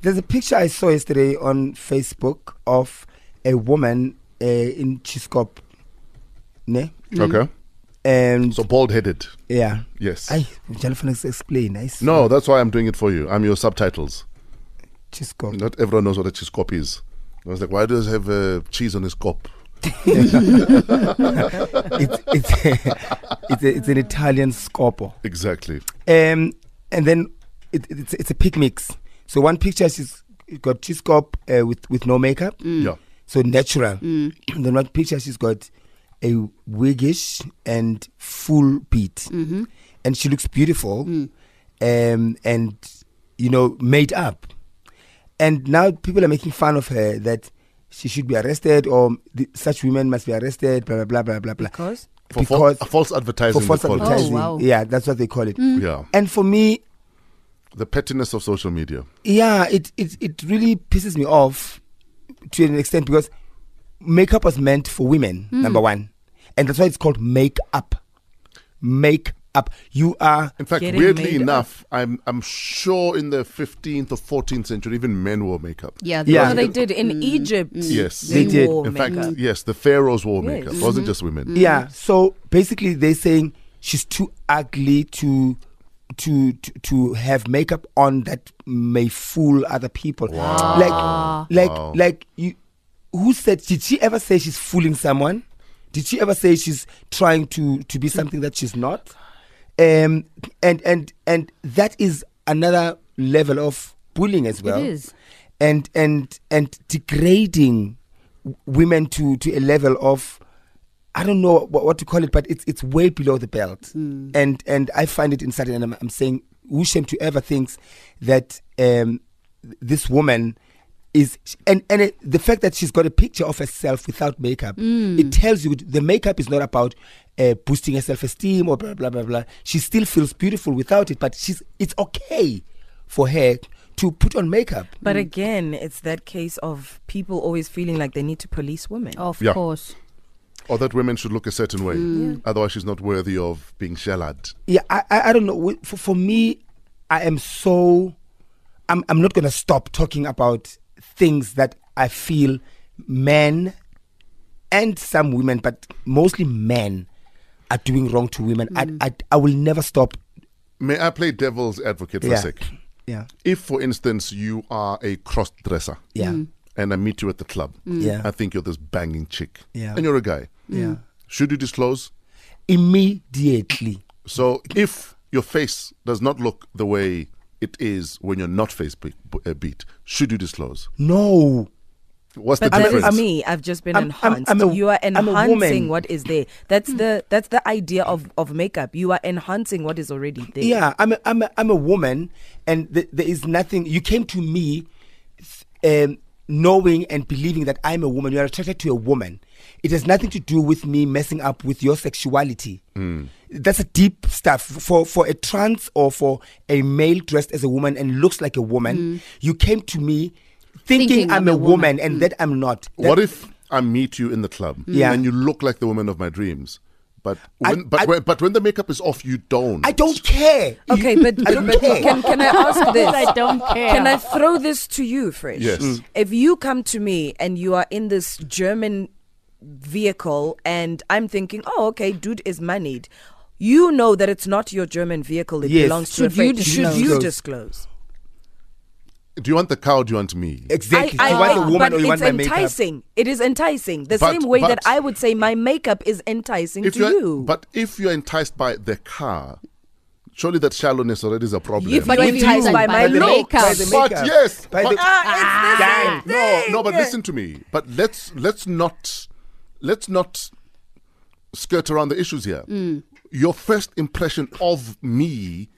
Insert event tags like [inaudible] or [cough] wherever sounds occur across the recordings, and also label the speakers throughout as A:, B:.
A: There's a picture I saw yesterday on Facebook of a woman uh, in Chiskop. Ne?
B: Mm-hmm. Okay.
A: And
B: Mm. So bald headed.
A: yeah.
B: Yes.
A: I Jalfanex explain. I saw
B: no, that's why I'm doing it for you. I'm your subtitles.
A: Chiskop. [laughs]
B: [laughs] Not everyone knows what a cheese cop is. I was like, why does he have uh, cheese on his cop?
A: it's it's [laughs] it's, a, it's an Italian scopo.
B: Exactly.
A: Um, and then it, it's it's a pick mix. So one picture she's got Chiscop uh, with with no makeup,
B: Yeah.
A: so natural.
C: Mm.
A: [clears throat] then one picture she's got a wigish and full beat,
C: Mm-hmm.
A: and she looks beautiful,
C: Mm.
A: um, and you know made up. And now people are making fun of her that she should be arrested or the, such women must be arrested. Blah blah blah blah blah. blah.
C: Because
B: For fal-
A: Because-
B: false advertising.
A: For false
B: they call it. Oh,
C: advertising.
A: advertising,
C: wow. Mm.
A: yeah, that's what they call it.
B: Yeah.
A: And for me,
B: The pettiness of social media.
A: yeah, it, it, it really pisses me off to an extent because makeup was meant for women, number one. And that's why it's called makeup. Make up. You are
B: In fact,
C: Getting
B: weirdly
C: made
B: enough, I'm I'm sure in the 15th or 14th century, even men wore makeup.
D: Yeah,
A: Yeah.
C: No, Oh, they did in Egypt.
B: Yes.
C: they,
A: They did.
C: Wore
B: In fact, mm.
C: makeup.
B: yes, the pharaohs wore
C: Yes.
B: makeup. It wasn't just women.
A: Yeah. So basically they're saying she's too ugly to to to, to have makeup on that may fool other people. Like like
B: Wow.
A: like you who said did she ever say she's fooling someone? Did she ever say she's trying to to be something that she's not? Um and and and that is another level of bullying as well.
D: is.
A: And and and degrading w- women to to a level of I don't know what, what to call it, but it's it's way below the belt, and and I find it insulting. And I'm, I'm saying, who shame to ever thinks that um, th- this woman is, and and it, the fact that she's got a picture of herself without makeup, it tells you the makeup is not about uh, boosting her self esteem or blah blah blah blah. She still feels beautiful without it, but she's it's okay for her to put on makeup.
C: But again, it's that case of people always feeling like they need to police women.
D: Of
B: Yeah.
D: course.
B: Or that women should look a certain way. Otherwise, she's not worthy of being shelled.
A: yeah I, I i don't know Wi- for, for me i am so i'm i'm not going to stop talking about things that i feel men and some women but mostly men are doing wrong to women I, I i will never stop
B: May I play devil's advocate for
A: yeah
B: a sec?
A: yeah
B: If, for instance, you are a cross dresser
A: yeah
B: and I meet you at the club,
A: Yeah.
B: I think you're this banging chick,
A: Yeah.
B: and you're a guy,
A: yeah
B: should you disclose?
A: immediately
B: So if your face does not look the way it is when you're not face be- b- uh, beat, should you disclose?
A: no
B: What's
C: But
B: the
C: that
B: difference?
C: is me. I've just been
A: I'm- I'm-
C: enhanced.
A: I'm a-
C: you are
A: I'm a
C: enhancing
A: woman.
C: what is there. That's the that's the idea of, of makeup. You are enhancing what is already there.
A: Yeah, I'm a, I'm a, I'm a woman, and th- there is nothing. You came to me, um, knowing and believing that I'm a woman. You are attracted to a woman. It has nothing to do with me messing up with your sexuality. That's a deep stuff for for a trans or for a male dressed as a woman and looks like a woman. You came to me. Thinking,
D: Thinking
A: I'm, a woman, and that I'm not. That- Mm.
B: what if I meet you in the club
A: Yeah.
B: and you look like the woman of my dreams, but
A: I-
B: when, but,
A: I-
B: when, but when the makeup is off, you don't.
A: I don't care?
C: Okay, but,
A: I
C: but,
A: don't
C: but
A: care.
C: can,
A: [laughs]
C: can I ask this?
D: I don't care.
C: Can I throw this to you, Fresh?
B: Yes. Mm.
C: If you come to me and you are in this German vehicle and I'm thinking, oh, okay, dude is moneyed. You know that it's not your German vehicle. It
A: Yes.
C: belongs to a
A: Should you
C: friend.
A: disclose?
C: Should you disclose?
B: Do you want the cow? Or do you want me?
A: Exactly.
C: I- I-
A: you want
C: I-
A: a woman
C: but
A: or you
C: it's
A: want my makeup?
C: enticing. It is enticing. The
B: But-
C: same way that
B: but-
C: I would say my makeup is enticing
B: If
C: to you.
B: but if you're enticed by the car, surely that shallowness already is a problem.
C: If
D: But
C: you
D: if you
C: enticed
D: like
C: by my
D: by the
C: look,
D: makeup.
A: By the
B: But
A: makeup.
B: yes,
A: By
B: but-
A: the-
D: ah,
A: Damn.
B: no, no, but listen to me. But let's let's not let's not skirt around the issues here. Your first impression of me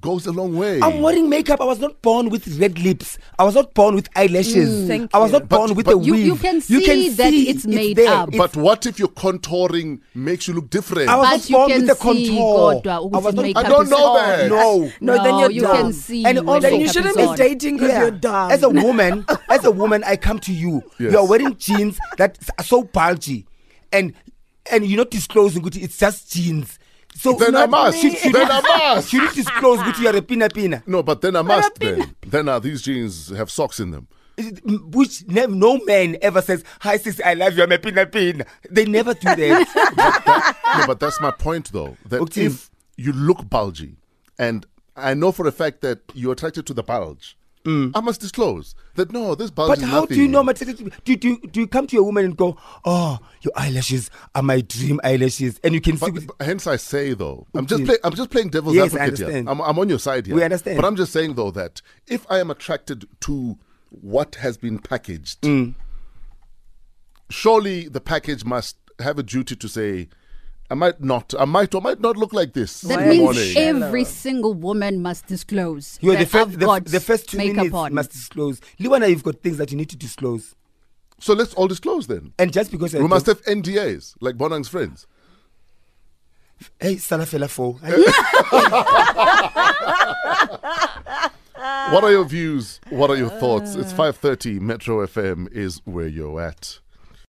B: goes a long way.
A: I'm wearing makeup. I was not born with red lips. I was not born with eyelashes.
C: Thank
A: I was
C: you.
A: not born
B: But-
A: with
B: but-
A: a weave.
D: Mm, You- you can see that it's made
A: there.
D: up.
B: but what if your contouring makes you look different?
A: I was
D: But
A: not
D: you
A: born
D: can
A: with a
D: see,
A: contour.
D: Godwa, ukuthi
A: I was not.
D: makeup
B: I don't
D: is
B: know
D: on.
B: that.
A: No.
C: No, then you're
D: Oh, you
C: dumb.
D: can see.
A: And
D: when
A: also- Then you
D: makeup
C: shouldn't
D: is
C: be
D: on.
C: dating 'cause you're dumb. [laughs]
A: As a woman, as a woman, I come to you.
B: Yes.
A: You are wearing jeans that are so bulgy, and and you're not disclosing it. It's just jeans. So
B: Then I
A: not
B: must.
A: me. Should
B: Then
A: you-
B: I must.
A: Should [laughs] you disclose which you are a pina pina?
B: No, but then I must.
C: been-
B: Then, then uh, these jeans have socks in them.
A: Which nev- no man ever says, "Hi sis, I love you, I'm a pina pina." They never do that.
B: But [laughs] that- no, but that's my point, though. That
A: Okay.
B: if you look bulgy, and I know for a fact that you're attracted to the bulge, I must disclose that no, this bulge
A: Mm. but
B: is
A: how
B: nothing.
A: do you know? my- Do, do, do, do you come to a woman and go, "Oh, your eyelashes are my dream eyelashes," and you can see?
B: But,
A: with-
B: but hence I say though, I'm just
A: Okay.
B: play, I'm just playing devil's
A: Yes, I
B: advocate here.
A: understand.
B: I'm, I'm on your side here.
A: We understand.
B: But I'm just saying though that if I am attracted to what has been packaged,
A: Mm.
B: surely the package must have a duty to say, I might not, I might or might not look like this.
D: That
B: in the
D: means
B: morning.
D: every single woman must disclose.
A: you are
D: that
A: the
D: I've
A: first, the,
D: got
A: the first two
D: makeup
A: minutes
D: on.
A: must disclose. Liwana, you've got things that you need to disclose,
B: so let's all disclose then.
A: and just because I
B: We
A: don't-
B: must have NDAs like Bonang's friends.
A: hey, Salafela
B: [laughs]
A: four.
B: What are your views? What are your thoughts? It's 5:30 Metro FM is where you're at.